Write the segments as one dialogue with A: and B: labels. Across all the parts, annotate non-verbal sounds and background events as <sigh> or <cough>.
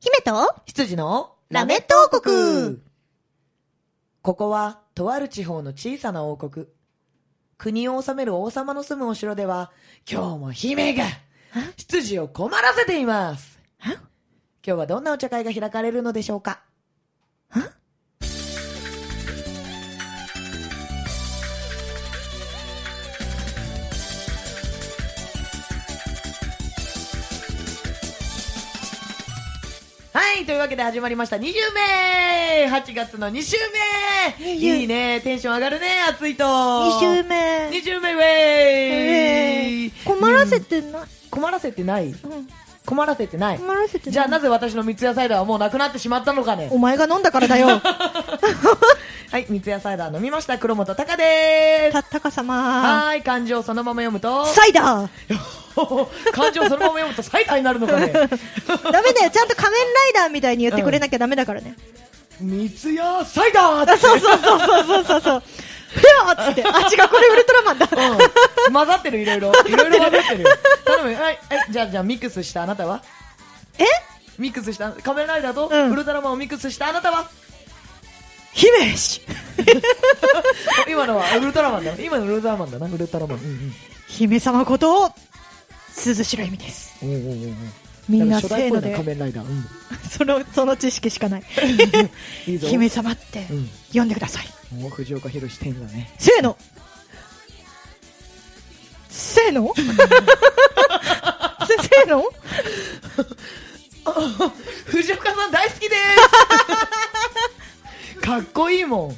A: 姫と
B: 羊の
A: ラメット王国
B: ここはとある地方の小さな王国国を治める王様の住むお城では今日も姫が羊を困らせています今日はどんなお茶会が開かれるのでしょうかはい、というわけで始まりました2週目 !8 月の2週目
A: いえ
B: いいね、テンション上がるね、暑いと
A: 二週目
B: 2週目ウェイ、
A: 困らせてない、
B: 困らせてない
A: うん
B: 困らせてない
A: 困らせてない
B: じゃあなぜ私の三ツ矢サイダーはもうなくなってしまったのかね
A: お前が飲んだからだよ
B: はい三ツ矢サイダー飲みました黒本隆です
A: <laughs> たったか様
B: はーい漢字をそのまま読むと
A: サイダー
B: <laughs> 漢字をそのまま読むとサイダーになるの
A: <laughs>
B: かね
A: ダメだよちゃんと仮面ライダーみたいに言ってくれなきゃダメだからね、
B: 三ツ矢サイダー
A: あ <laughs> そうそうそうそうそうそうそうふやーっつってあ違うこれウルトラマンだ
B: うん混ざってるいろいろいろいろ混ざってるよ頼むよはい、はい、じゃあじゃあミックスしたあなたは
A: <laughs> え
B: ミックスした仮面ライダーと
A: うん
B: ウルトラマンをミックスしたあな
A: <laughs>
B: たは、
A: 姫氏
B: 今のはウルトラマンだな今のウルトラマンだなウルトラマン、うんうん
A: 姫様こと涼しら意味です
B: おうおうおうおう
A: みんな
B: 初代っぽい
A: せーので
B: 仮面ライダー、うん
A: そのその知識しかない
B: <laughs> いいぞ
A: 姫様って
B: うん
A: 呼んでください
B: もう藤岡弘天だね
A: せーのせーの <laughs> せせーの
B: 藤岡さん大好きです <laughs> かっこいいもん
A: い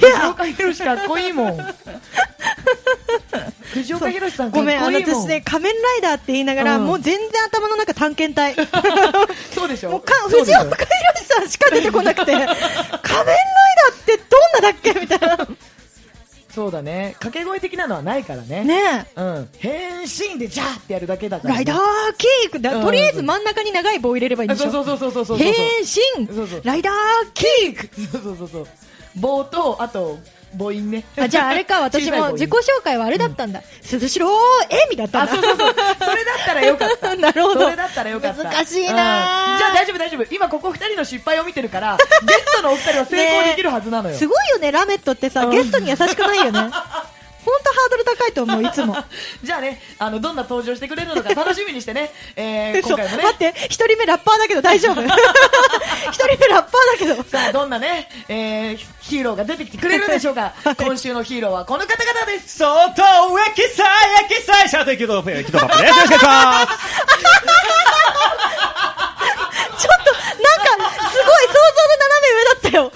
B: 藤
A: や
B: 岡弘かっこいい
A: <laughs>
B: もん藤岡弘さんか
A: ご
B: っこ
A: め
B: いい
A: ん、あ
B: もん
A: の私ね、仮面ライダーって言いながら、
B: うん
A: もう全然頭の中探検隊。
B: そうでしょ
A: もうか、
B: そう
A: 藤
B: でしょ
A: 岡弘さんしか出てこなくて、仮面ライダーってどんなだっけみたいな。
B: そうだね掛け声的なのはないから <laughs> ね
A: ねえ。
B: うん変身でジャーってやるだけだから
A: ラ
B: ね、
A: イダーキークだ、
B: うん
A: とりあえず真ん中に長い棒入れればいいん
B: あ
A: でし
B: そ
A: ょ
B: うそうそうそうそうそうそう
A: 変
B: そうそ
A: 身
B: う
A: ライダーキーク
B: そうそうそうそう棒とあと母音ね
A: あじゃああれか、私
B: <laughs> 小さい母
A: も
B: 音
A: 自己紹介はあれだったんだ。鈴代えみだった
B: あ、
A: んだ
B: そう。そうそう。それだったらよかった。
A: <laughs> なるほど
B: それだったらよかった。
A: 難しいなあ
B: うんじゃあ大丈夫大丈夫。今ここ二人の失敗を見て
A: <laughs>
B: るから、ゲストのお二人は成功できるはずなのよ。
A: すごいよね、ラメットってさ、
B: うん
A: ゲストに優しくないよね。ほんとハードル高いと思う、いつも。
B: <laughs> じゃあね、あの、どんな登場してくれるのか楽しみにしてね。えー、
A: 嘘
B: 今回もね
A: 待。って、一人目ラッパーだけど大
B: <laughs>
A: 丈夫。一人目ラッパーだけど。
B: さあ、どんなね、えー、ヒーローが出てきてくれるんでしょう
A: <laughs>
B: か。今週のヒーローはこの方々です。
C: 相当エキサイエキサイシャーテキドペキドパップです。よろしくお願いします。
A: ちょっと、なんか、すごい想像の斜め上だったよ。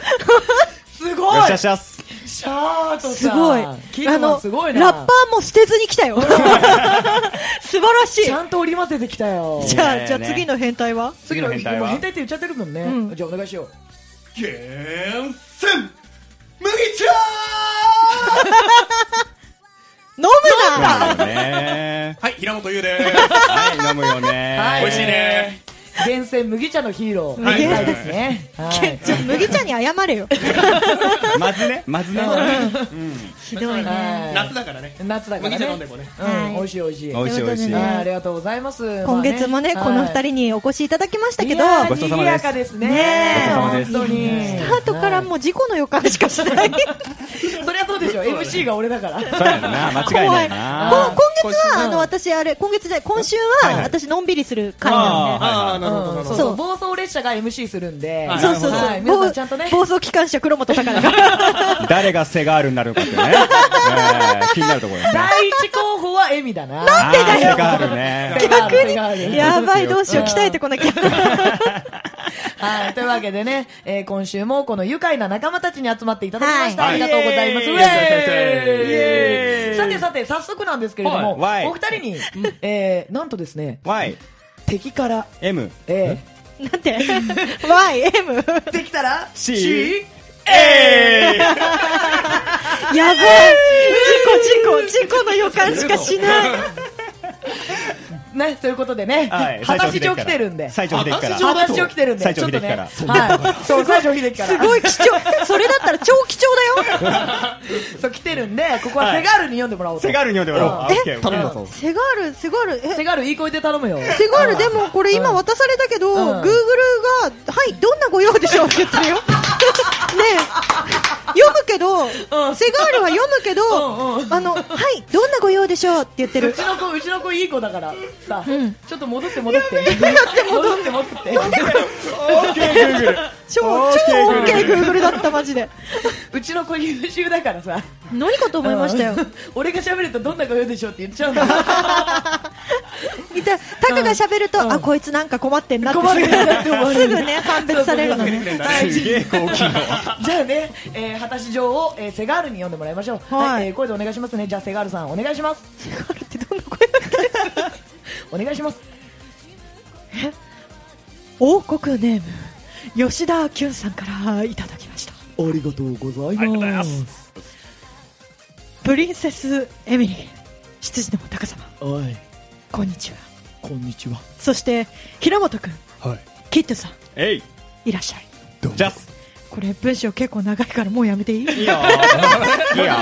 B: す
C: よ
B: ご
C: ろ
B: い
C: しくお願いします。
B: シャートさん。
A: すごい。
B: キーマンすごいな。
A: ラッパーも捨てずに来
B: <laughs>
A: たよ。素晴らし
B: ち
A: い
B: ゃ。んと織り交ぜてきたよ。
A: じゃあ、じゃあ次の変態は
C: 次の変態
B: もう
C: は
B: 変態って言っちゃってるもんね。
A: うん
B: じゃあお願いしよう。
C: 厳選麦茶
A: 飲むな
C: だよね。
D: はい、平本優です。
C: はい、飲むよね。
B: はい
D: <laughs> 美味しいね。
B: 厳選麦茶のヒーロー、
C: はい
B: みたいですね。はい。
A: ちょ麦茶に謝れ
B: <laughs>
A: よ。
C: まずね、まずね。
A: ひどいね。
D: 夏だからね。
B: 夏だからね。
D: 麦茶飲んでもね
B: うん、
A: はい
B: 美味しい美味しい。
C: 美味しい美味しい。
B: はい
C: は
B: ありがとうございます。
A: 今月もね、
B: まあ
A: この二
B: はい
A: 人にお越しいただきましたけど、
B: いやー
A: ス
C: ごちそうさまです
B: 賑やかですね。
A: ねえ
C: ごちそうさまです
B: 本当に。
A: タートからもう事故の予感しかし
C: <laughs>
A: ない。
B: はい。そりゃそうでしょ。MC が俺だから。
C: そうやろな、間違い
A: 怖。
C: ないい
A: こ
C: な。
A: 今月
B: 今週
A: は、
B: うん
A: あの、私、あれ、今月じゃない、今週
C: はい
A: は
C: は、い
A: 私、のんびりする回なんで。
D: ああ、なるほど、
B: う
D: なんる
B: そ
D: ほ
B: う
D: ど。
B: そう暴走列車が MC するんで。
D: はい
A: そうそうそう
B: はい。皆さんちゃんとね。
A: 暴走機関車、黒本隆
C: <laughs>
A: が。
C: 誰がセガールになるのかってね。えー気になるところですね。
B: 第一候補はエミだな。
C: なんでだよ。セガールね。
B: 逆に
A: やばい、どう
C: <laughs>
A: しよう、鍛えてこなきゃ。
B: はい、というわけでね、えー、今週もこの愉快な仲間たちに集まっていただきました。
C: は
B: あ
C: い
B: りがとうございます。
C: イエ
B: ウェーイ
C: ーイイエーイ
B: さてさて、早速なんですけれども、
C: はい
B: お二人に、えー、なんとですね、
C: Y、
B: 敵から、
C: M、
B: え
A: なんて ?Y、M?
B: ー、できたら、
C: C
B: C
C: A。
A: やば
C: <laughs>
A: い。事故、事故、事故の予感しかしない。
B: ね、ということでね、
C: はい。
B: 果たし状来てるんで。
C: 最長秀樹から。
D: 私情
B: 果たし状来てるんで、
C: 西
B: ちょ
C: 城
B: っと
C: 秀樹
B: ね、
C: から
B: はい。そう、西城秀樹から。
E: すごい貴重。それだったら超貴重だよ。
B: そう、来てるんで、ここはセガールに読んでもらおうと。
C: セガールに呼んでもらおう。あ
E: え
C: オッケー
D: 頼んだ
C: オッ
D: ぞ。
E: セガール、セガール、え
B: セガール、いい声で頼むよ。
E: セガールでもこれ今渡されたけど、
B: ん
E: Google が、はい、どんなご用でしょうって言ってるよ。 <laughs> ねえ、読むけど、セガールは読むけど、あの、はい、どんなご用でしょうって言って
B: う
E: る。
B: ちの子、うちの子いい子だから。
E: ん
B: さあ、ちょっと戻って戻って。戻って戻って。
C: ケー、グーグル。
E: 超、超
C: オッケー
E: OK Google だった、マジで。
B: うちの子優秀だからさ。
E: 何かと思いましたよ。
B: 俺が喋るとどんな声でしょうって言っちゃう
E: <laughs>
B: んだよ。
E: いた、タカが喋ると、あ、こいつなんか困ってんなって。
B: 困ってんなって思われ
E: す
B: る
E: ぐね、判別されるのね。
B: はい
C: すげえ高機能。
B: じゃあね、えー、果たし状を、えー、セガールに読んでもらいましょう。
E: はい
B: はい、えー声でお願いしますね。じゃあセガールさんお願いします。
E: セガールってどんな声だっけ <laughs>
B: お願いします。
E: 王国ネーム、吉田キュンさんからいただきました。
B: ありがとうござい
C: ありがとうござい
B: ま。
C: ますす。
E: プリンセスエミリー執事のお高様
B: おい、
E: こんにちは
B: こんにちは。
E: そして平本君
C: はい。
E: キッドさん
C: えい。
E: いらっしゃい
C: ジャス。
E: これ文章結構長いからもうやめていい
C: <laughs> いいよ。いいよ。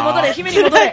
B: 戻れ、姫
A: <laughs>
B: に
A: 辛い
B: 戻
A: 辛
B: れ。
A: いよ、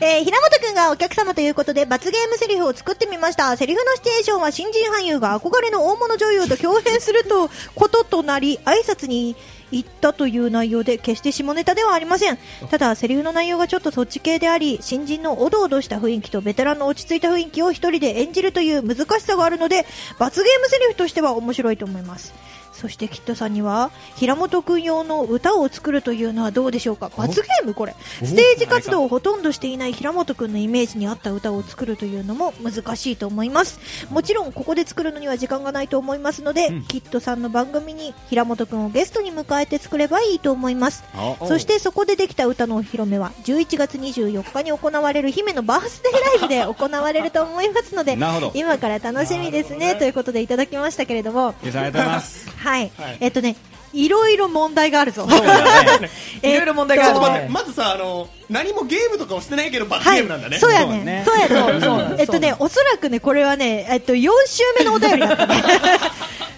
A: えー、平本くんがお客様ということで罰ゲームセリフを作ってみましたセリフのシチュエーションは新人俳優が憧れの大物女優と共演するとこととなり挨拶に行ったという内容で決して下ネタではありませんただセリフの内容がちょっとそっち系であり新人のおどおどした雰囲気とベテランの落ち着いた雰囲気を一人で演じるという難しさがあるので罰ゲームセリフとしては面白いと思いますそしてキッドさんには平本君用の歌を作るというのはどうでしょうか罰ゲームこれステージ活動をほとんどしていない平本君のイメージに合った歌を作るというのも難しいと思いますもちろんここで作るのには時間がないと思いますので、キッドさんの番組に平本君をゲストに迎えて作ればいいと思います
C: あ
A: そしてそこでできた歌のお披露目は11月24日に行われる姫のバースデーライブ
C: <laughs>
A: で行われると思いますので
C: なるほど
A: 今から楽しみですねということでいただきましたけれども
C: 皆さんありがとうございます。
A: はい、えっとねいろいろ問題があるぞ。 <laughs>
B: いろいろ問題が
D: ち
B: あ
D: ょっ
B: る
D: と
B: ね
D: 待って、まずさ、あの、何もゲームとかをしてないけど、罰
A: は
D: ゲ
A: い
D: ームなんだね。、
A: そうや
C: そうね
A: ね、そうやね、
B: そうそう
A: えっとね、おそらくね、これはね、えっと、4週目のお便りだったね。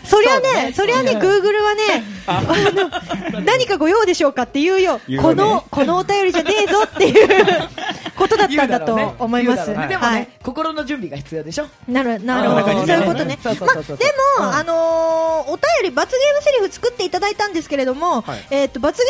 A: そりゃね、そりゃね、グーグルはね、あの、何かご用でしょうかって言うよ。
C: 言うよ
A: こ
C: ね
A: の、このお便りじゃねえぞっていうことだったんだと思います。
B: 言うだろうねでも
A: は
B: ね
A: い。、
B: 心の準備が必要でしょ。
A: なるなるほ
B: あー
A: ど、そういうことね。
B: そ
A: まあ、
B: うそ
A: で
B: うそうそう
A: も、あのー、お便り罰ゲームセリフ作っていただいたんですけれども、えっと、罰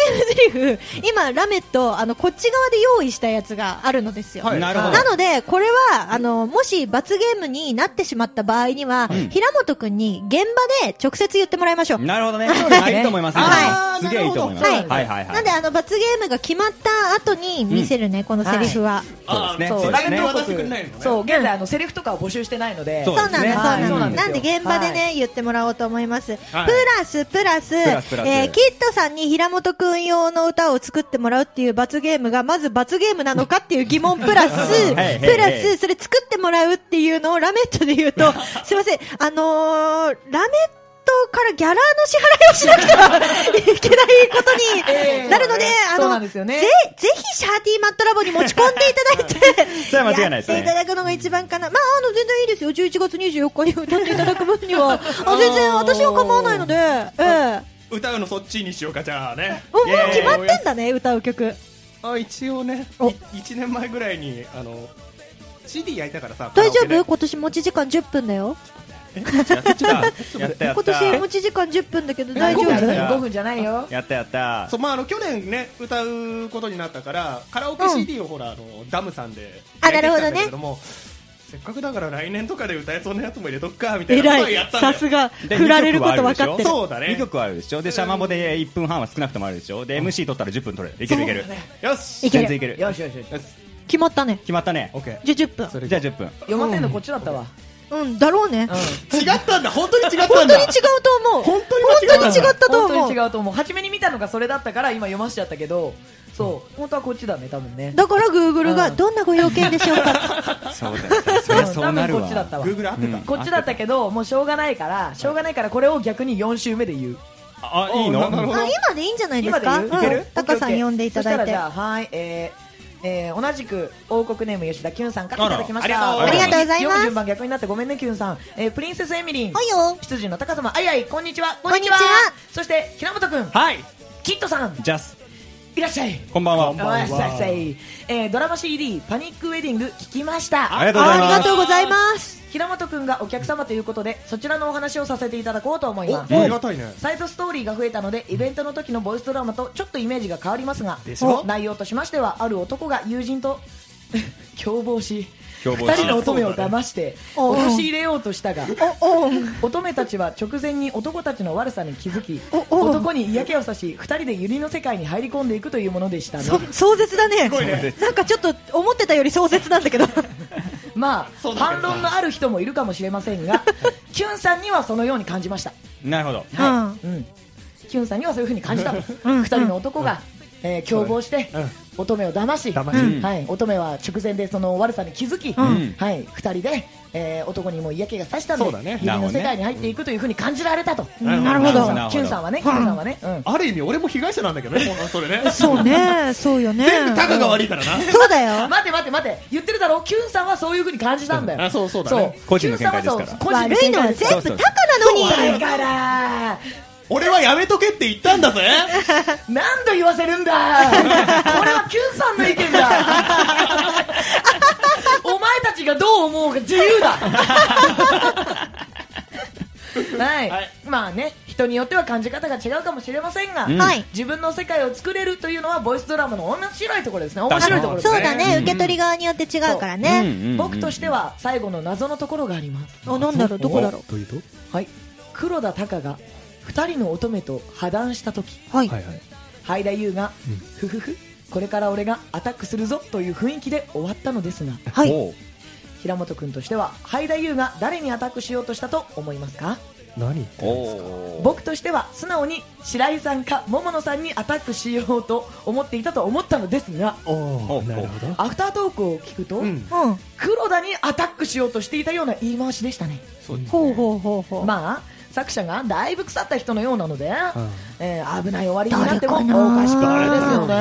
A: ゲームセリフ、今、ラメット、あの、こっち側で用意したやつがあるのですよ。
C: はいなるほど
A: ので、これは、あの、もし罰ゲームになってしまった場合には、平本くんに現場で直接言ってもらいましょう。
C: なるほどね。あいいと思います。
A: はい
C: すげえいいと思います。
A: は
C: はいいはいはい。
A: なんで、あの、罰ゲームが決まった後に見せるね、このセリフは。
D: あー
C: そうですね
D: ラメッ
C: そ
D: ト
C: う
D: 渡してくれないのね。
B: そう、現在あのセリフとかは募集してないので。
C: そう
A: そうなんです、
B: はい
A: そう
B: そうな
A: なんん
B: で
A: です
B: よ
A: す。なんで現場でね、
B: は
A: 言ってもらおうと思います。
D: はい
A: プラス、プラス、
C: ラスプラス
A: えーキッドさんに平本くん用の歌を作ってもらうっていう罰ゲームが、まず罰ゲームなのかっていう疑問プラス、
C: はい
A: プラ
C: はいはい
A: ス、それ作ってもらうっていうのをラメットで言うと、すいません、あのー、ラメット、からギャラの支払いをしなくてはいけないことになるので、
B: え
A: あ
B: ーそう
A: の
B: なんですよね
A: ぜぜひシャーティーマットラボに持ち込んでいただいて、
C: <laughs> それは間違いないですね
A: やっていただくのが一番かな。まあ、あの、全然いいですよ。11月24日に歌っていただく分に
C: <laughs>
A: は。あ全然私は構わないので、ええ。
D: 歌うのそっちにしようか、じゃあね。
A: もう、
C: イ
A: も
C: エー
A: う
C: イ
A: 決まってんだね、歌う曲。
D: あ一応ね
A: お
D: い1年前ぐらいにあの CD 焼いたからさ
A: 大丈
D: カ
A: 夫
D: ラオケ
A: 今年持ち時間10分だよ。
C: やったやったや
A: 今
C: った。
A: 年持ち時間10分だけど大
B: 5
A: 丈
B: 分じゃ
A: 夫
B: ないよ。5分じゃないよ。
C: やったやった
D: で。そうまああの去年ね歌うことになったからカラオケ
A: うん
D: CD をほらあのダムさんで
A: あ
D: 焼いてきたん
A: な
D: だ
A: るほどね
D: けどもせっかくだから来年とかで歌えそうなやつも入れとくかみたいなことを
A: 偉
D: やっ
A: い。
D: たんだ
A: さ
D: よ
A: すが。
C: で
A: 振られること分かってる。
D: そうだね
C: 2曲はあるでしょでシャマボで1分半は少なくともあるでしょで MC 取ったら10分取れるいけるいける
D: よし
A: いける
C: 全然いける
B: よしよしよし。
A: 決まったね。
C: 決まったね
D: OK
A: じゃあ10分。
C: じゃあ10分
B: 読ませんのこっちだったわ。
A: うん、だろうね。
D: 違ったんだ本当に違ったんだ
A: 本当に違うと思う。
D: 本当に
A: 本
D: 間違
A: 当に
D: えた
A: 違ったと
B: 本当
A: 思
B: に
A: う。
B: 違うと思う。初めに見たのがそれだったから今読ましちゃったけど、そう、本当はこっちだね、多分ね。
A: だから、グーグルが、
B: うん
A: どんなご用件でしょうか。
C: そうだよそりゃそうなる
B: 多分こっちだった
C: わ
B: わ。
D: Google 合ってた、
C: うん
B: こっちだったけど、もうしょうがないから、しょうがないからこれを逆に4週目で言う。
C: あいいの
D: なるほど
A: あ今でいいんじゃないです
B: 今で
A: か。
B: 言ういけ
A: うん
B: る
A: タカさん呼んでいただい
B: そしたらじ
A: て。
B: ゃあ、はい、えーえー同じく王国ネーム吉田キュンさんから
C: あ
B: い
C: ら
B: ただきました
C: あり
A: がとうございます
B: 読む順番逆になってごめんねキュンさん、えープリンセスエミリン
A: はいよ
B: 執事の高様あいあいこんにちは
A: こんにちは
B: そして平本君
C: はい。
B: キッドさん
C: ジャス。
B: いらっしゃい
C: こんばんは。
B: おやっしゃいっしゃいえードラマ CD「パニックウェディング」聞きました
C: ありがとうござ
A: あ
C: いま
A: り
C: す。
A: がとうございます。
B: 平本君がお客様ということでそちらのお話をさせていただこうと思い
D: お、
B: ます
D: ありがたいね。
B: サイドストーリーが増えたのでイベントの時のボイスドラマとちょっとイメージが変わりますが
D: でしょ
B: 内容としましてはある男が友人と <laughs> 共謀し
C: 共謀
B: 2
C: し
B: 人の乙女を騙して
A: おう
B: 脅し入れようとしたが
A: お、おん。
B: 乙女たちは直前に男たちの悪さに気づき
A: おおう
B: 男に嫌気をさし2人で百合の世界に入り込んでいくというものでしたね
A: そ壮絶だね
D: ごいね
A: なんかちょっと思ってたより壮絶なんだけど
B: まあ
D: そうなん
B: 反
D: だ
B: 論のある人もいるかもしれませんがキュンさんにはそのように感じました
C: なるほど。
A: うん
B: はいうん、キュンさんにはそういうふうに感じたと2人の男が、えー共謀して、
D: うん
B: 乙女を騙し
D: 騙
C: し
B: はい、乙女は直前でその悪さに気づき、
C: ん
B: はい、2人で、えー男にもう嫌気がさしたの
D: そう
B: で、
D: だね
B: 指の世界に入っていくというふうに感じられたと、
D: なる
A: ほど
B: キュンさんキュンさんはねキュンさんはね、うん
D: ある意味俺も被害者なんだけどね、ほんとそれね。
A: そうねそうよね
D: 全部タカが悪いからな。
A: そうだよ
B: 待て待て待て言ってるだろキュンさんはそういうふうに感じたんだよ
D: あそうそうだね
C: 個人の見解ですから
B: キュンさんはそう個人
A: 悪い
B: 見
A: の
B: 解
A: は
B: です
A: 全部タカなのに
B: そうだから
D: 俺はやめとけって言ったんだぜ。
B: 何度言わせ <laughs> るんだこれは Q さんの意見だお前たちがどう思うか自 <laughs> 由だはい、
D: はい
B: まあね人によっては感じ方が違うかもしれませんが、
C: うん
A: はい
B: 自分の世界を作れるというのはボイスドラマの面白いところですね面
C: 確か
B: 白い
C: に
B: ところです
A: そう
B: ね
A: だね受け取り側によって違うからね
C: うんうんうん
B: 僕としては最後の謎のところがあります
A: あなんだろうどこだろ
D: というと
B: はい黒田鷹が2人の乙女と破談した時
A: うはい
D: はいはい。
B: ハイダユウが、
D: うん
B: ふふふ、これから俺がアタックするぞという雰囲気で終わったのですが、
A: はい
C: おう
B: 平本君としては、ハイダユウが誰にアタックしようとしたと思いますか
D: 何言ってるんですか
C: おう。
B: 僕としては、素直に白井さんか桃野さんにアタックしようと思っていたと思ったのですが、
D: お
C: お
D: ー、なるほど。
B: アフタートークを聞くと、
D: う
A: う
D: ん。
A: ん
B: 黒田にアタックしようとしていたような言い回しでしたね。
D: そうですね
A: ほうほうほうほう
B: まあ、作者がだいぶ腐った人のようなので、
D: ん
B: えー危ない終わりにな
A: 誰
B: ってもお
A: か
B: か
A: な
B: しくないですよね。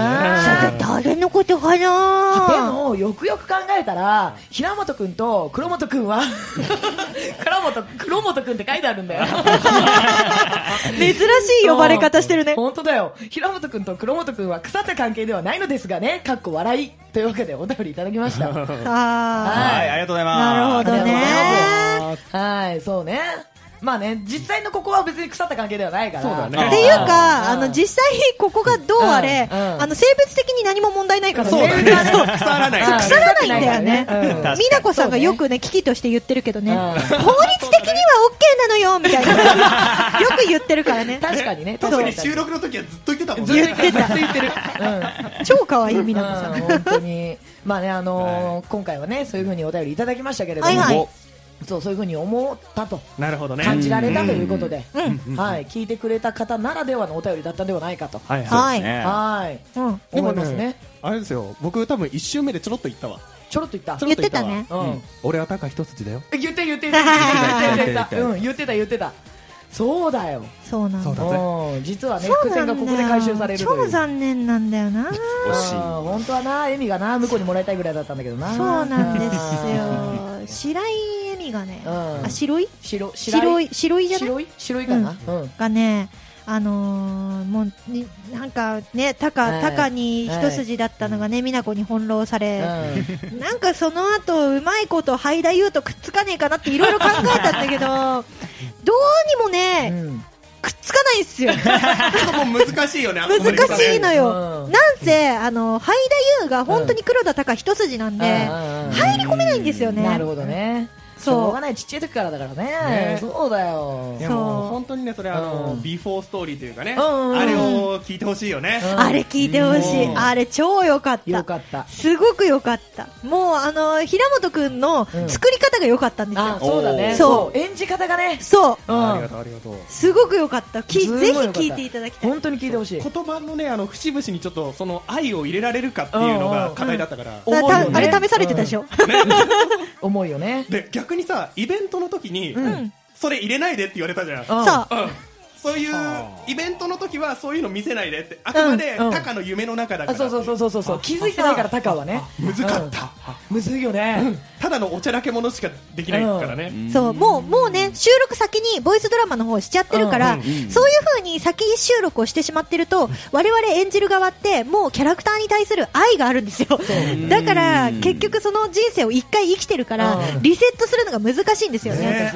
A: それ誰のことか
B: で
A: な
B: も、よくよく考えたら、平本くんと黒本くんは <laughs> 黒本、黒本くんって書いてあるんだよ。
A: 珍しい呼ばれ方してるね
B: <laughs> 本当だよ。平本くんと黒本くんは腐った関係ではないのですがね、かっこ笑い。というわけでお便りいただきました。
A: あ
C: はい、ありがとうございます。
A: なるほどね
B: はい、そうね。まあね、実際のここは別に腐った関係ではないから。
D: そうだ
A: ー
D: ね
A: っていうか
B: う
A: あ
B: ん
A: の実際ここがどうあれ
B: うんうん
A: あの性別的に何も問題ないからね
B: そうだね
D: そう腐らない。
B: うん
A: 腐らないんだよね
B: 腐らないからねうん
A: 美奈子さんがよくね危機として言ってるけどね
B: うん
A: 法律的には OK なのよみたい
B: <laughs>
A: なよく言ってるからね
B: 確かにね。
D: 特に収録の時はずっと言ってたもん
B: 言
D: ね
B: っ。てた。ずっと言ってる。うん。
A: 超可愛い美
B: うん
A: 奈子さん
B: 本当に、 <laughs> まあね、あのー今回はね、そういうふうにお便りいただきましたけれども、
A: はいはい
B: そう、そういうふうに思ったと。
D: なるほどね。
B: 感じられたということで、
A: うん
B: はい、聞いてくれた方ならではのお便りだったんではないかと、は
D: はい
A: は
C: そう
A: い
C: ですね
B: い、
A: うん
D: で
B: 思
D: も
B: いますね。
D: あれですよ、僕多分一周目でちょろっと言ったわ。
B: ちょろっと言った。
D: ちょ
A: 言
D: ろ
A: っ
D: ってと言ったたわ
A: ね
B: うん、
D: 俺はタカ一筋だよ。
B: 言って言って言って言って言って言って
C: 言
B: うん、言ってた言ってた。そうだよ。
A: そうなん
D: そう
A: だ
D: だぜ
B: うん、実はね、
A: そう
B: 伏
A: な
B: 線
A: んだ
B: がここで回収されるとい
A: 超
B: う。
A: 残念なんだよな
C: 惜
B: うん本当はな、エミがな、向こうにもらいたいぐらいだったんだけどな。
A: そうなんですよ白井恵美がね
B: うん
A: あ白い
B: 白
A: 白
B: 白い
A: い白いじゃない
B: 白い白いかな。うん
A: がね、あのーもうになんかね、タ
B: は
A: カ
B: い
A: タカに一筋だったのがね、美奈子に翻弄され、
B: うん
A: なんかその後うまいこと、ハイダユウとくっつかねえかなっていろいろ考えたんだけ
B: <laughs>
A: ど、どうにもね、
B: うん
A: くっつかないんすよ、
B: <laughs>
D: ちょっともう難しいよね、
A: 難しいのよ、
B: うん
A: なんせ、あのハイダユウが本当に黒田タカ一筋なんで、
B: うんうんうん
A: 入り込めないんですよね。
B: なるほどね。し
A: そう
B: ょうがない、ちっちゃい時からだからね
D: ね。
B: そうだよ
D: い。や
A: そう
D: もう本当にね、それあの
B: う、ん
D: ビフォーストーリーというかね、
B: うんうん
D: あれを聞いてほしいよね。
B: うん
A: あれ聞いてほしい、
B: うん
A: あれ超良かった。
B: よかった。
A: すごく良かった。もう、あの、平本くんの
B: うん
A: 作り方が良かったんです
B: あ
A: よ。、
B: そうだね。
A: そ
B: そうう。演じ方がね。
A: そう。
B: う
D: ありが
B: ん。
D: とう、ありがとう。
A: すごく良かった。き
B: すごい
A: ぜ
B: 良
A: ひ
B: かった
A: 聞いていただきたい。
B: 本当に聞いてほしい。
D: 言葉のね、あの、節々にちょっと、その愛を入れられるかっていうの
B: うん
D: が
B: うん
D: 課題だったから。
B: うん
A: だ
B: 思うよ
A: たあ
B: ね
A: れ試されてたでしょ、
B: 思いよね。
D: で、逆にさ、イベントの時に
B: ん、
D: それ入れないでって言われたじゃん。
B: うん
A: そう。
D: うんそういうイベントの時はそういうの見せないでってあくまで
B: うんうん
D: タカの夢の中だか
B: あ
D: ら
B: そうそうそうそうそうそう気づいてないからタカはね
D: むずかった
B: むずいよね
D: ただのおちゃらけ者しかできないからね、
A: そう、もう、もうね、収録先にボイスドラマの方しちゃってるから、そういう風に先収録をしてしまってると、我々演じる側って、もうキャラクターに対する愛があるんですよ。だから、結局その人生を一回生きてるから
B: う、ん
A: リセットするのが難しいんですよね。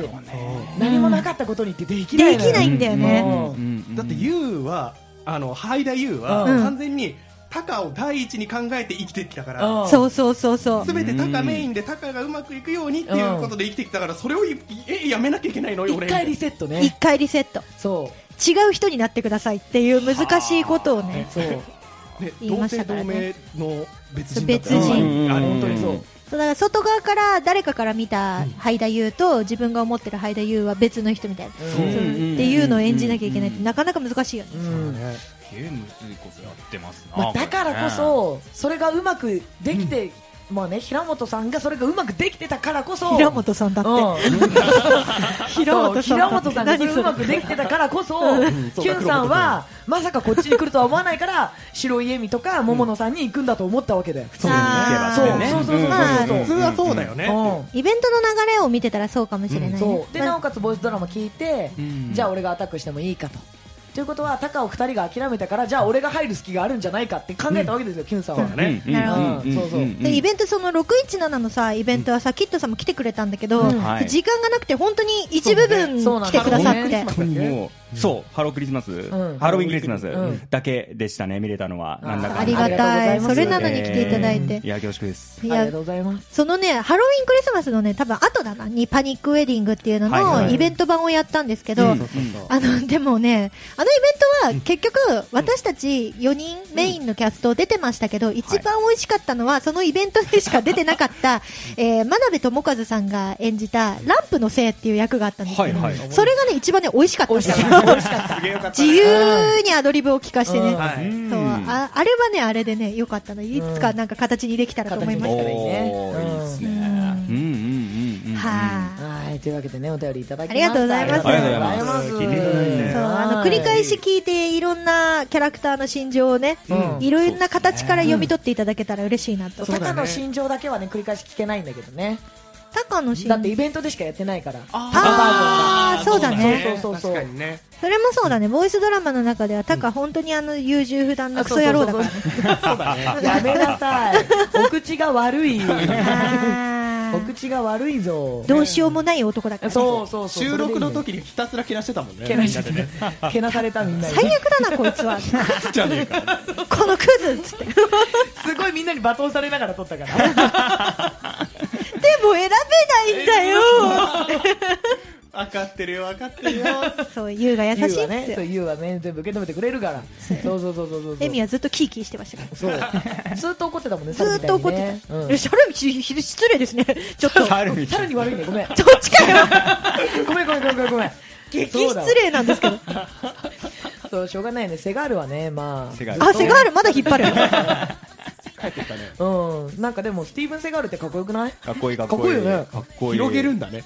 B: 何もなかったことにってできな
A: で
B: いのよ
A: きないんだよね。
B: うん
D: だって YOU はあのハイダ YOU は
B: うん
D: 完全にタカを第一に考えて生きてきたから、
B: うん
A: そうそうそうそう。
D: すべてタカメインでタカがうまくいくようにっていうことで生きてきたからそれをいえやめなきゃいけないのよ
B: 一
D: 俺
B: 回リセット
A: 一
B: ね
A: 回リセット。
B: そ
A: 違う人になってくださいっていう難しいことを
B: う
A: ね。
B: そう
D: ね
A: 言い
D: 同
A: まし
D: 姓
A: たから
D: 同
A: ね
D: 名の別人だった
A: 別人
B: うん
D: あれ
B: 本当にそう
A: そうだから外側から誰かから見たハイダユーと自分が思ってるハイダユーは別の人みたいな、
B: うん
A: そうっていうのを演じなきゃいけないってなかなか難しいよね、
B: うん
F: ゲームついことやってますな、
B: まあだからこそそれがうまくできてまあね平本さんがそれがうまくできてたからこそ
A: 平本さんだって、
B: うん
A: <laughs> 平本さん
B: 平
A: だって
B: 本さんがそれ
A: 何
B: を
A: そう
B: ま
A: れ
B: くできてたからこそ、キュンさんはまさかこっちに来るとは思わないから白いみとか桃野さんに行くんだと思ったわけだよ。
D: そう
A: あー
D: そうね
B: そうそうそうそう
A: まあ
B: そう
D: 普通はそうだよね、
B: う
A: イベントの流れを見てたらそうかもしれないね、
B: んそうで
A: まあ
B: なおかつボイスドラマ聞いて、じゃあ俺がアタックしてもいいかと。ということはタカを2人が諦めたからじゃあ俺が入る隙があるんじゃないかって考えたわけですよ、キュンさんは。
D: そうだね、
F: うん
A: なるほど
B: うんそうそう
A: でイベントその617のさイベントはさ、キッドさんも来てくれたんだけど、
B: うん
F: はい
A: 時間がなくて本当に一部分
B: そうな
A: 来
B: んだ
A: て
B: よ
A: くださっ
B: そうなんだ
A: て
B: よね
F: 本当にもう、そう、ハロークリスマス、
B: ん
F: ハロウィンクリスマス
B: うん
F: だけでしたね、見れたのは、なんだか
A: ありがたい
B: ありがとうございます
A: それなのに来ていただいて
F: えー、いや、恐縮です。
A: い
B: ありが
A: や
B: とうございます。
A: そのね、ハロウィンクリスマスのね、多分後だな、にパニックウェディングっていうの
F: はいは
A: の
F: い
A: イベント版をやったんですけど、あの、でもね、あのイベントは結局、私たち4人メインのキャスト出てましたけど、一番美味しかったのは、そのイベントでしか出てなかった、えー、真鍋智和さんが演じた、ランプのせいっていう役があったんですけど、
F: はいはい
A: それがね、一番ね、美味しかったんですよ。
F: すげえよかっ
A: 自由にアドリブを聞かしてね。
B: うん
D: はい
A: そうああれはね、あれでね、良かったの。いつかなんか形にできたらと思いま
B: た
A: す
B: 形にでき。ね
F: おーいいですね。
A: う
F: うんうんうんうん。
A: はい。
B: はいというわけでねお便りいただきました
A: ありがとうございます
F: ありがとうござい
D: ます
B: ありがとうございます
A: そうあの
B: はい
A: 繰り返し聞いていろんなキャラクターの心情をね、
B: うん
A: いろんな形から読み取っていただけたら嬉しいなと、
B: タカの心情だけはね繰り返し聞けないんだけどね
A: タカの心
B: だっ
A: 情
B: てイベントでしかやってないから
A: あーそうだね
B: そうそうそう
D: 確かにね
A: それもそうだねボイスドラマの中ではタカ本当にあの優柔不断なクソ野郎だからね
B: やめなさいお口が悪 <laughs> い
A: あ
B: お
A: ー
B: 口が悪いぞ
A: どうしようもない男だからね
B: そうそうそう
D: 収録の時にひたすらけなしてたもんね
B: けなし
D: みんなでね
B: けなされたみんなに
A: 最悪だなこいつ
B: <laughs>
A: は
D: じゃねえか
A: このクズっつってです
B: ごいみんなに罵倒されながら撮ったから
A: も選べないんだよ
D: 分かってるよ分かってるよ
A: そう優が優しいん
B: <laughs> 優
A: で
B: はね
A: す
B: そう
A: よ
B: 優はね全部受け止めてくれるからそうそうそうそうそう
A: エミはずっとキーキーしてましたから
B: そう <laughs> ずっと怒ってたもんね
A: ずーっと怒ってた、えシャルミひひ失礼ですね <laughs> ちょっと
F: 猿みた
B: さ
F: い
B: らに悪いねごめん <laughs>
A: どっちかよ
B: ごめんごめんごめんごめんごめん
A: 激
B: そうだわ
A: 失礼なんですけど
B: そうしょうがないねセガールはねまあ
F: セガール
A: あ、セガールまだ引っ張る。
B: うんなんかでもスティーブン・セガールってかっこよくない
F: かっこいいかっ
B: かっこ
F: こ
B: いい
F: いい。
B: よね
F: かっこいい。
D: 広げるんだね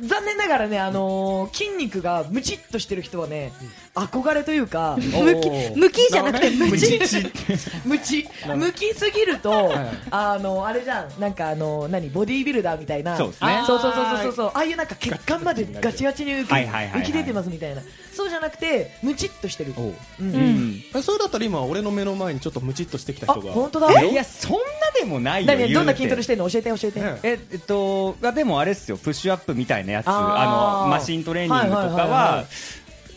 B: 残念ながらねあのー筋肉がムチっとしてる人はね憧れというか
A: むき、むきじゃなくて、むち。
B: <laughs> ムチムキすぎるとあのあれじゃんなんかあの何ボディービルダーみたいな
F: そうですね
B: そうそうそうそうそうそうああいうなんか血管までガチガチに浮き
F: はいはいはいはい
B: 浮き出てますみたいなそうじゃなくてムチっとしてる
F: おう
B: うん
F: うん。
D: えそれだったら今俺の目の前にちょっとムチっとしてきた
B: あ
D: 人が
B: 本当だ
F: いや、そんなでもないよ。
B: 何どんな筋トレしててんの教えて教えて
D: ね
F: ええっと、がでもあれっすよ、プッシュアップみたいなやつ、
B: あー
F: あのマシントレーニングとか
B: はいはいはいは、
F: は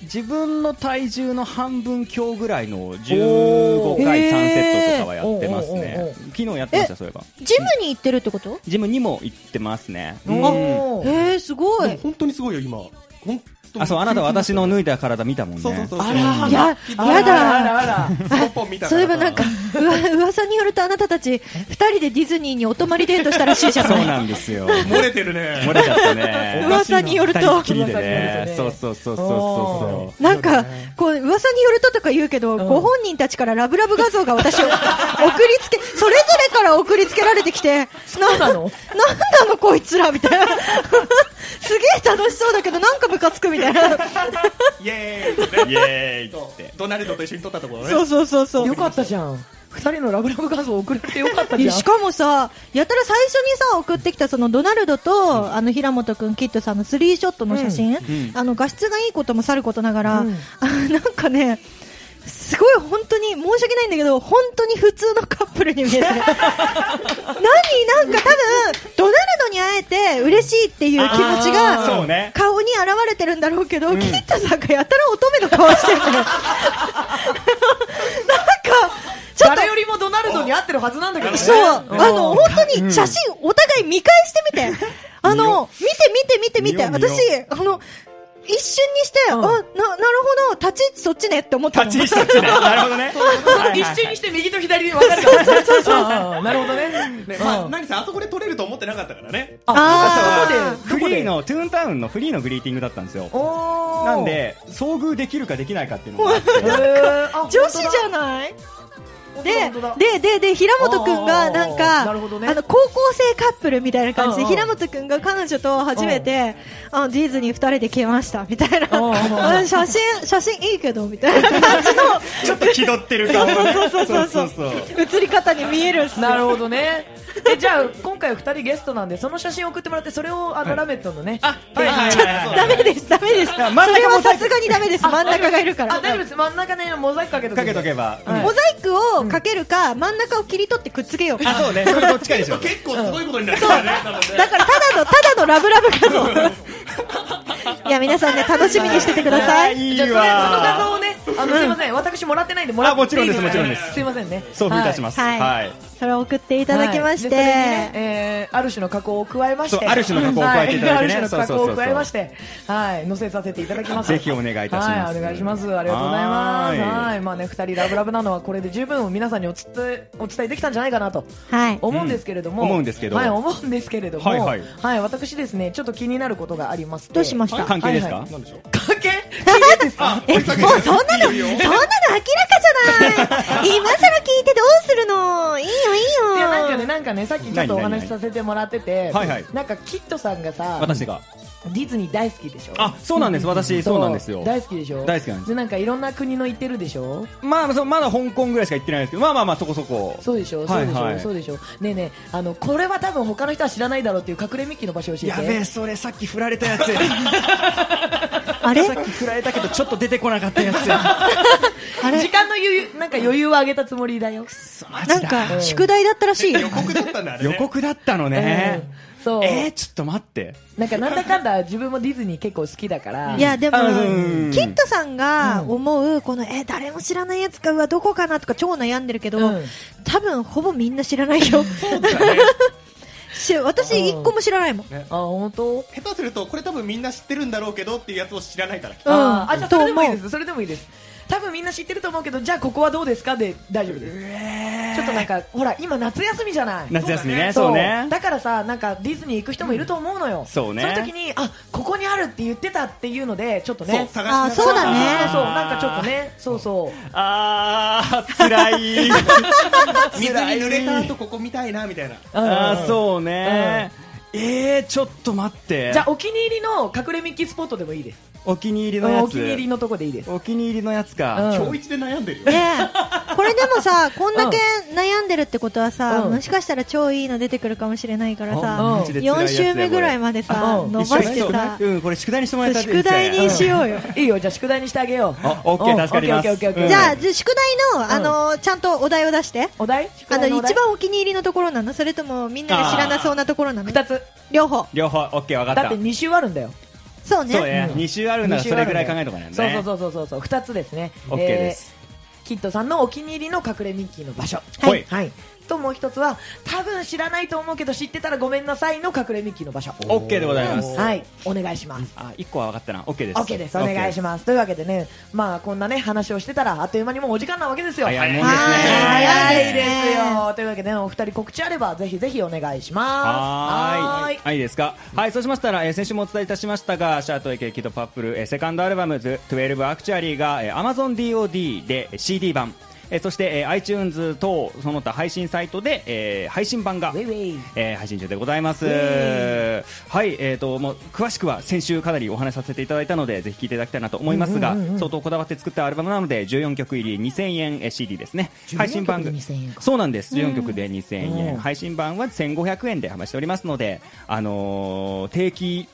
F: い自分の体重の半分強ぐらいの
B: おー
F: 15回3セットとかはやってます
B: へーおうおうおうおう
F: ね、昨日やってました、そういえば、
A: ジムに行ってるってこと
F: ジムにも行ってますね、うん
B: おー
A: えー、すご
D: でも
A: い。
D: 本当にすごいよ今本当に
F: あそうあなた、私の脱いだ体見たもんね、
D: そうそうそう
B: あら
A: いや、
B: あ
A: や
B: らあら
A: だ。
B: あら
D: スポポンみたいな
A: そういえば
D: <laughs>
A: なんか、うわ噂によるとあなたたち、二人でディズニーにお泊まりデートしたらしいじゃ
F: そう
A: ない。
F: なんですよ、
D: 漏れてるね
F: 漏れちゃったね、
A: 噂によると
F: 二人っきりで
B: 噂によると
F: ね
B: ね、
F: そうそうそうそうそうそう。
A: なんか、こう、噂によるととか言うけど、ご本人たちからラブラブ画像が私を送りつけ、それぞ誰から送りつけられてきて、そう
B: なの
A: なんなのこいつらみたいな。すげえ楽しそうだけど、なんかムカつくみたいな。
D: イエーイ
C: イエーイっ
D: そ
C: つっ
D: う
C: て。
D: ドナルドと一緒に撮ったところね
A: <laughs> そうそうそうそう。
B: よかったじゃん。二人のラブラブ画像送られてよかった
A: い
B: じ
A: や
B: ゃん
A: し。かもさ、やたら最初にさ、送ってきたそのドナルドと、あの平本くん、キッドさんのスリーショットの写真、あの画質がいいこともさることながら、
B: うん
A: あなんかね、すごい本当に申し訳ないんだけど、本当に普通のカップルに見えて、何なんか多分、ドナルドに会えて嬉しいっていう気持ち
C: あーそう
A: が
C: ね、
A: 顔に表れてるんだろうけど、キッドさんがやたら乙女の顔してるのよなんか、ちょっと
B: 誰よりもドナルドに合ってるはずなんだけどね。
A: そう、あ
B: ん
A: の、本当に写真、お互い見返してみて。あの、見て見て見て見て、
C: 見よう
A: 私、あの、一瞬にして、
B: ん
A: あ、な、なるほど、立ち位置そっちねって思ったもん。
C: 立ち位置そっちね。なるほどね。
B: 一瞬にして右と左で分かるから。そうそうそう。なるほどね。
D: ねま
B: う
D: あ、
B: ん
D: 何せあそこで撮れると思ってなかったからね
A: あ
B: あ、そこ
C: フ
B: で、どこ
C: リ
B: で
C: ー。の、トゥーンタウンのフリーのグリーティングだったんですよ。
B: おー
C: なん、で、遭遇できるかできないかっていうのがあ
B: <laughs>
C: って。
B: へーあ
A: 女子じゃないで
B: 本当だ、
A: で、で、で、平本くんが、なん
B: あー
A: か、
B: なるほどね
A: あの、高校生カップルみたいな感じで、
B: うんうん
A: 平本くんが彼女と初めて、あの、ディズニー二人で来ました、みたいな。
B: うんうんうん
A: あ写真、写真いいけど、みたいな感じの
C: ちょっと気取ってる顔がね。
A: そうそうそうそう
C: そう
A: 映り方に見えるっすよ
B: なるほどね。え、じゃあ、今回二人ゲストなんで、その写真送ってもらって、それを、あの、ラメットのね。あ、
C: はいはいはいはい
A: ダメです、ダメです。それ
C: や真ん中
A: は
C: モザ
A: さ
C: イク
A: すがにダメです。真ん中がいるから。
B: 大丈夫です。真ん中ね、モザイクかけと
C: かけとけ
B: ば。
C: ば。
B: はい
A: モザイクをかけるか、真ん中を切り取ってくっつけよう
C: あ、
A: か。
C: そうね。それどっちかにしよう。
B: <laughs>
D: 結構すごいことになったよね多分ね
A: だから、ただの、ただのラブラブ画像。いや、皆さんね、楽しみにしててください。
C: い
B: じゃあ、
C: い
B: とりあえずその画
C: わ。
B: 像をね、あの、すいません。私もらってないんで、もらっていい
C: あもちろんですもちろんです
B: すいませんね。
C: 送付いたし
B: す。
C: ます。
A: はい
C: はい。
A: それを送っていただきまし
B: はいでそれにね
A: て。
B: えーある種の加工を加えまして
C: そうある種の加工を加えていただいてね
B: はある種の加工
C: そう
B: を
C: そうそうそう
B: 加えましてはい載せさせていただきます
C: ぜひお願いいたします
B: はいお願いしますありがとうございます
C: はい
B: はいまあね二人ラブラブなのはこれで十分皆さんにお伝えお伝えできたんじゃないかなと
A: はい。
B: 思うんですけれども、
C: うん思うんですけど
B: はい思うんですけれども
C: はいはい
B: はい私ですねちょっと気になることがあります
A: どうしました
C: 関係ですか
B: はい
D: なんでしょう
B: 関係
A: <laughs> え、もうそんなの、そんなの明らかじゃない。今更聞いてどうするのいいよ、い
B: いやなん
A: い
B: か
A: よ
B: ね。なんかねさっきちょっとお話しさせてもらってて
C: 何何何はいはい
B: なんかキッドさんがさ
C: 私が。
B: ディズニー大好きでしょ
C: あ、そうなんです。私、そうなんですよ。
B: 大好きでしょ
C: 大好きなんです
B: でなんかいろんな国の行ってるでしょ
C: まあ、そうまだ香港ぐらいしか行ってないですけど、まあまあまあ、そこそこ。
B: そうでしょ、
C: はいはい
B: そうでしょそうでしょねえねえあのこれは多分他の人は知らないだろうっていう隠れミッキーの場所教えて
F: やべえ、それさっき振られたや
B: <laughs>
F: つ。
A: あれ
F: さっき振られたけど、ちょっと出てこなかったやつや。
A: あれ
B: 時間の余裕なんか余裕をあげたつもりだよ
A: なんか、宿題だったらしいよ。
D: 予告だった
B: <laughs>
D: んだあれ
C: 予
D: ね
C: 告だったのね
B: うん。そう、
C: えー、ちょっと待って。
B: なんかなんだかんだ自分もディズニー結構好きだから
A: いやでも
C: あうん
A: キッドさんが思うこのえ誰も知らないやつかうわどこかなとか超悩んでるけど、
B: うん
A: 多分ほぼみんな知らないよ <laughs> し私一個も知らないもん、
B: あ本当
D: 下手するとこれ多分みんな知ってるんだろうけどっていうやつを知らないから
A: うん
B: あーあじゃあそれでもいいで
A: と
B: すそれでもいいです多分みんな知ってると思うけどじゃあここはどうですかで大丈夫ですちょっとなんかほら今夏休みじゃない
C: 夏休みね、そうね。
B: だからさなんかディズニー行く人もいると思うのよ、
C: そうね
B: その時にあここにあるって言ってたっていうのでちょっとね
D: そう探し
A: あーそうだ
B: そう
A: ね
B: そうなんかちょっとねそうそう
C: あー、辛
B: <laughs>
C: い。
D: 水に濡れた後ここ見たいなみたいな
C: あ
B: う
C: ー、
B: ん
C: そうね。えー、ちょっと待って。
B: じゃあお気に入りの隠れミッキースポットでもいいです
C: お気に入りのやつ。
B: お気に入りのとこでいいです
C: お気に入りのやつ
B: うん
C: か。
D: 今日一で悩んでるよ
A: ねえこれでもさこんだけ悩んでるってことはさ、
B: うん
A: もしかしたら超いいの出てくるかもしれないから
B: うん
A: さ、
C: マジで辛いやつだ
A: 4週
C: よ
A: 目ぐらいまでさ、
B: うん
A: 伸ばしてさ
C: 一緒にうん、これ宿題にしてもらえたらいい
A: 宿題にしようよ、
B: いいよじゃあ宿題にしてあげよう
C: あオッケー
B: うん
C: 助かります
B: オッケーオッケーオッケーオッケー
A: じゃあ
C: うん
A: じゃあ宿題の、あのちゃんとお題を出して
B: お題宿
A: あの
B: 題のお題
A: 一番お気に入りのところなのそれともみんなが知らなそうなところなの
B: 二つ
A: 両方
C: 両方、オッケー、わかった。
B: だって二週あるんだよ
A: そうね
C: そうね、
B: うん
C: 2週あるなら
B: 二週
C: そ
B: ある
C: れぐ
B: んだ
C: らい
B: よ
C: 考えとかないとね。
B: そうそうそうそうそうそう二つですね
C: オッケーです。
B: えーキッドさんのお気に入りの隠れミッキーの場所
C: はいはい
B: はいともう一つは多分知らないと思うけど知ってたらごめんなさいの隠れミッキーの場所
C: オッケーでございます。
B: はいお願いします
C: あ、1個は分かったな。オッケーです。
B: オッケーですお願いし
C: ま
B: ますというわけでねまあこんなね話をしてたらあっという間にもうお時間なわけですよ
C: 早いもん
B: は
C: で
B: い
C: すね。
B: 早い
A: 早いで
B: です
A: ね
B: すよというわけでねお二人告知あればぜひぜひお願いしますは
C: はーい
B: ー
C: はい、いいですか。はい、そうしましたら、えー先週もお伝えいたしましたが、シャートイケキとパップル、えーセカンドアルバム、12アクチュアリーが、えー Amazon DOD でえー CD 版、えーそして、えー iTunes 等その他配信サイトで、えー配信版が
B: ウェイウェイ
C: えー配信中でございます。はい、えっ、と、もう詳しくは先週かなりお話しさせていただいたので、ぜひ聞いていただきたいなと思いますが、相当こだわって作ったアルバムなので、14曲入り2000円えー CD ですね。
B: 14
C: 配信版が
B: 曲で2000円か
C: そうなんです。14曲で2000円、
B: うん
C: 配信版は1500円で販売しておりますので、あのー定期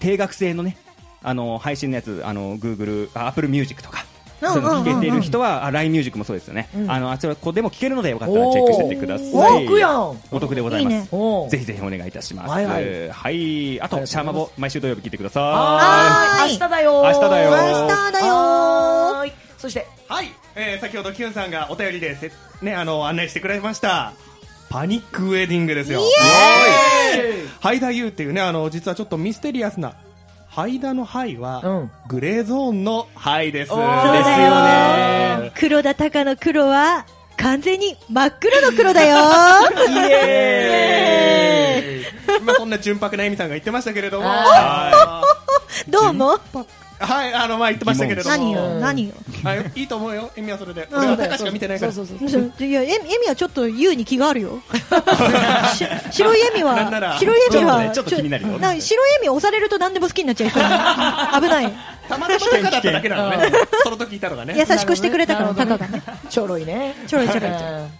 C: 定額制のね。あのー配信のやつ、あのー Google、あ Apple Music とか。
A: うん
C: そういうの聞けている人は、あ LINE Music もそうですよね。あのあちらこでも聞けるのでよかったらチェックしてみてくださ
B: おー
C: い。
B: お得やん
C: お得でございます。
A: いいね
B: おう
C: ぜひぜひお願いいたします。
B: は
C: はいい、
B: はい
C: あと、シャーマボ、毎週土曜日聞いてくださ
B: はーい明日だよ
C: 明日
A: 明日
C: だよ
A: だよー
B: はーいそして
D: はい、えー、先ほどキュンさんがお便りでせ、ね、あの案内してくれましたパニックウェディングですよイエーイハイダユーっていうねあの実はちょっとミステリアスなハイダのハイは、
B: うん
D: グレーゾーンのハイです
B: ー
A: そうだよ
D: で
A: 黒田鷹の黒は完全に真っ黒の黒だよ
D: すよねイエーイまあそんな純白なエミさんが言ってましたけれどもは
A: どうも
D: いはいあのまあ言ってましたけれども
A: 何よ何よ
D: はいいいと思うよエミはそれで俺はタカしか見てないから
B: そうそうそう
A: いやエミエミはちょっと優に気があるよし白いエミ
D: なんな
A: は
D: ら
A: 白いエミは
C: ちょっとねちょっと気になるよ
A: ちょな白いエミ押されると何でも好きになっちゃうから危ない
D: たまたまタカだっただけなのねその時いたのがね
A: 優しくしてくれたから
B: な
A: タ
B: るほ
A: カ
B: ど
A: がね
B: ちょろいね
A: ちょろいちょろい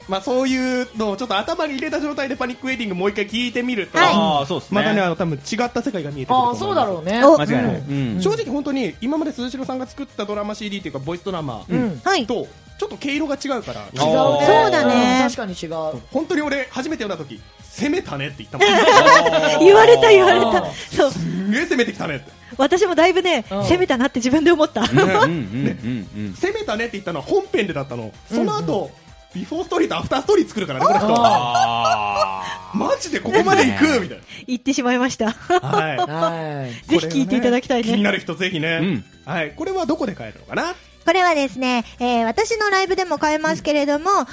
D: まあ、そういうのをちょっと頭に入れた状態でパニックウェディングもう一回聞いてみると、
A: はい
C: あーそうっすね
D: またねあの多分違った世界が見えてくると
B: ああ
D: 思います
B: そうだろうね
A: お
C: い。間違いない。
A: う
C: うん
D: 正直本当に今まで鈴代さんが作ったドラマ CD というかボイスドラマと
B: ん
A: はい
D: ちょっと毛色が違うから、
B: 違うね
C: あー
A: そうだね
B: ん確かに違う
D: 本当に俺初めて読んだ時攻めたねって言ったも
C: <laughs>
D: ん
A: 言われた言われた
B: あ
A: そう
D: すげえ攻めてきたねって
A: 私もだいぶね攻めたなって自分で思った
C: うんうんうんうん
D: 攻めたねって言ったのは本編でだったのその後、ビフォーストーリーとアフターストーリー作るからねこの人マジでここまで行くみたい
A: 言ってしまいました
D: な、はい
B: <laughs> はい
A: ぜひ聞いていただきたい
D: 気に
A: ね
D: なる人ぜひね、
C: うん
D: はい、これはどこで買えるのかな
A: これはですね、えー私のライブでも買えますけれども、平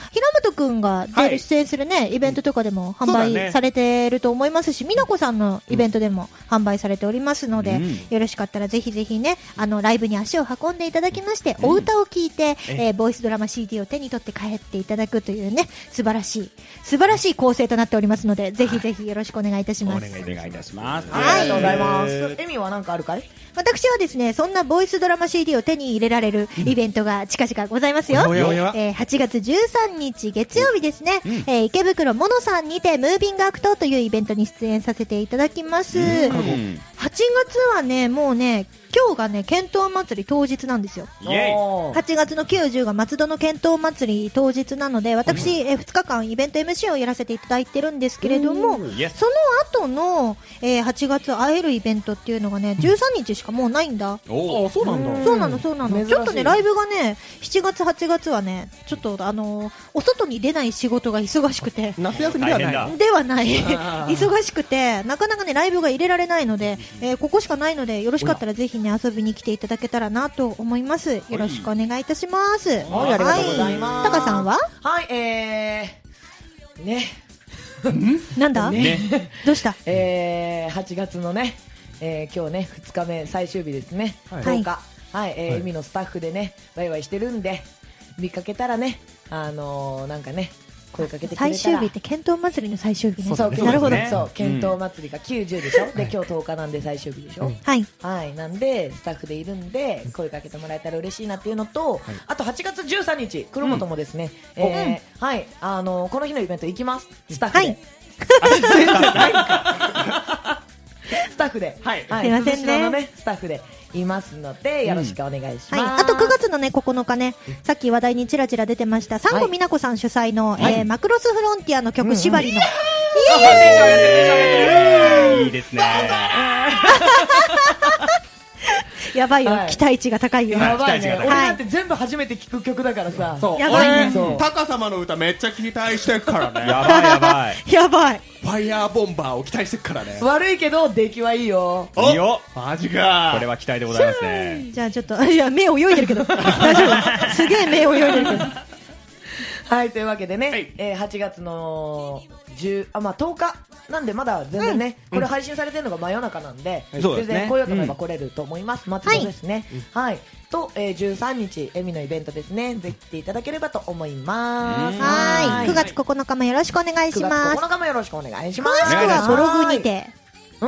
A: 本くんが出る、
D: はい
A: 出演するね、イベントとかでも販
D: そうだ
A: 売
D: ね
A: されてると思いますし、美奈子さんのイベントでも販売されておりますので、
C: うん
A: よろしかったらぜひぜひね、あの、ライブに足を運んでいただきまして、お歌を聴いて、えーボイスドラマ CD を手に取って帰っていただくというね、素晴らしい、素晴らしい構成となっておりますので、ぜひぜひよろしくお願いいたし
C: お
A: ま
C: 願
A: す。
C: いお願いいたします。
B: ありがとうございますエミは何かあるかい
A: 私はですね、そんなボイスドラマ CD を手に入れられるイベントが近々ございますよ。
D: おやおや
A: えー8月13日月曜日ですね、えー池袋モノさんにてムービングアクトというイベントに出演させていただきます。
C: うん
A: 8月はね、もうね、今日がね、剣闘祭り当日なんですよ。
C: イエイ
B: おー
A: 8月の9、10が松戸の剣闘祭り当日なので、私、えー2日間イベント MC をやらせていただいてるんですけれども、
C: イエス
A: その後の、えー8月会えるイベントっていうのがね、13日しかもうないんだ。
C: おー
D: そうなんだ
A: そうなの、そうなの。
B: 珍しい
A: ちょっとね、ライブがね、7月、8月はね、ちょっと、あのーお外に出ない仕事が忙しくて、
D: 夏休みではない
C: 大変だ
A: ではない。 <laughs> 忙しくて、なかなかね、ライブが入れられないので、えーここしかないので、よろしかったらぜひね、遊びに来ていただけたらなと思います。よろしくお願いいたします。
B: はいありがとうございます
A: タカさんは
B: はいえーね
A: なんだ、
C: ね、
A: どうした
B: えー、8月のね、えー、今日ね2日目最終日ですね、
D: はい
B: 10日はい、えー海のスタッフでねワイワイしてるんで見かけたらねあのー、なんかね声かけてくれたら
A: 最終日って、剣闘祭りの最終日ね。
B: そう、
A: なるほど。
C: ね
B: そう検討祭りが90でしょ、で今日10日なんで最終日でしょ、
A: はい。
B: はい、なんでスタッフでいるんで声かけてもらえたら嬉しいなっていうのと、あと8月13日、黒本もですね、えーはい、あのーこの日のイベント行きます、スタッフで。
A: はい
B: スタッフで、はい、
A: すいませんね
B: 鈴代のね、スタッフでいますので、よろしくお願いします。
A: はい、あと9月のね9日ね、さっき話題にちらちら出てました、サンゴ美奈子さん主催の、えーマクロスフロンティアの曲縛
B: <laughs>
A: りの、
C: えーいいですね。
A: やばいよ、
B: はい
A: 期待値が高いよ。
B: やばいね、
C: はい
B: 俺だって全部初めて聞く曲だからさ、
D: そう
A: やばいね
B: そう
D: 俺タカ様の歌めっちゃ期待してるからね
C: やばいやばい。
A: やばい。
D: ファイヤーボンバーを期待してるからね
B: 悪いけど出来はいいよ。
C: おいいよ
D: マジか
C: これは期待でございますね。
A: じゃあちょっと、 <laughs> いや、目泳いでる
B: <laughs>
A: けど。大丈夫。すげえ目泳いでるけど。
B: はい、というわけでね、
D: はい
B: えー8月の10あ、まあ、10日なんでまだ全然ね、これ配信されてるのが真夜中なんで、
C: はいそうで
B: 全
C: すね
B: 然来ようと思えば来れると思います。松戸ですね。はい。と、えー、13日、エミのイベントですね。ぜひ来ていただければと思います。
A: はーい。9
B: 9月
A: 月9日もよろしくお願いします。
B: 9日もよろしくお願いしま
A: 詳
B: す。
A: しくはブログにて。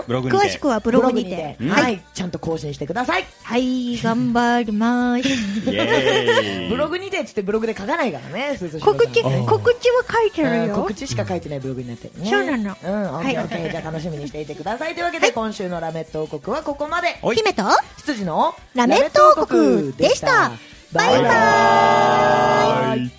C: ブログに
A: 詳
C: て
A: しくはブ
B: ブ
A: ロ
B: ロ
A: グ
B: グ
A: に
B: に
A: て
B: て。、
A: は。
B: はいい、ちゃんと更新してください。
A: はい、頑張り
B: <laughs>
A: ます。
C: イエーイ
B: ブログにてっつってブログで書かないからね、すずしろさん
A: 告知、
B: うん
A: 告知は書いてる
B: うん
A: よ
B: 告。知しか書いてないブログになってるね。
A: そうなの
B: うん、オッケ
A: はい
B: ーオッケー、じゃあ楽しみにしていてください。というわけで、今週のラメット王国はここまで。
A: 姫と、
B: 羊の
A: ラメット王国でした。バイバ
B: イ
A: ーイ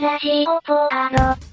G: ラジオポアド。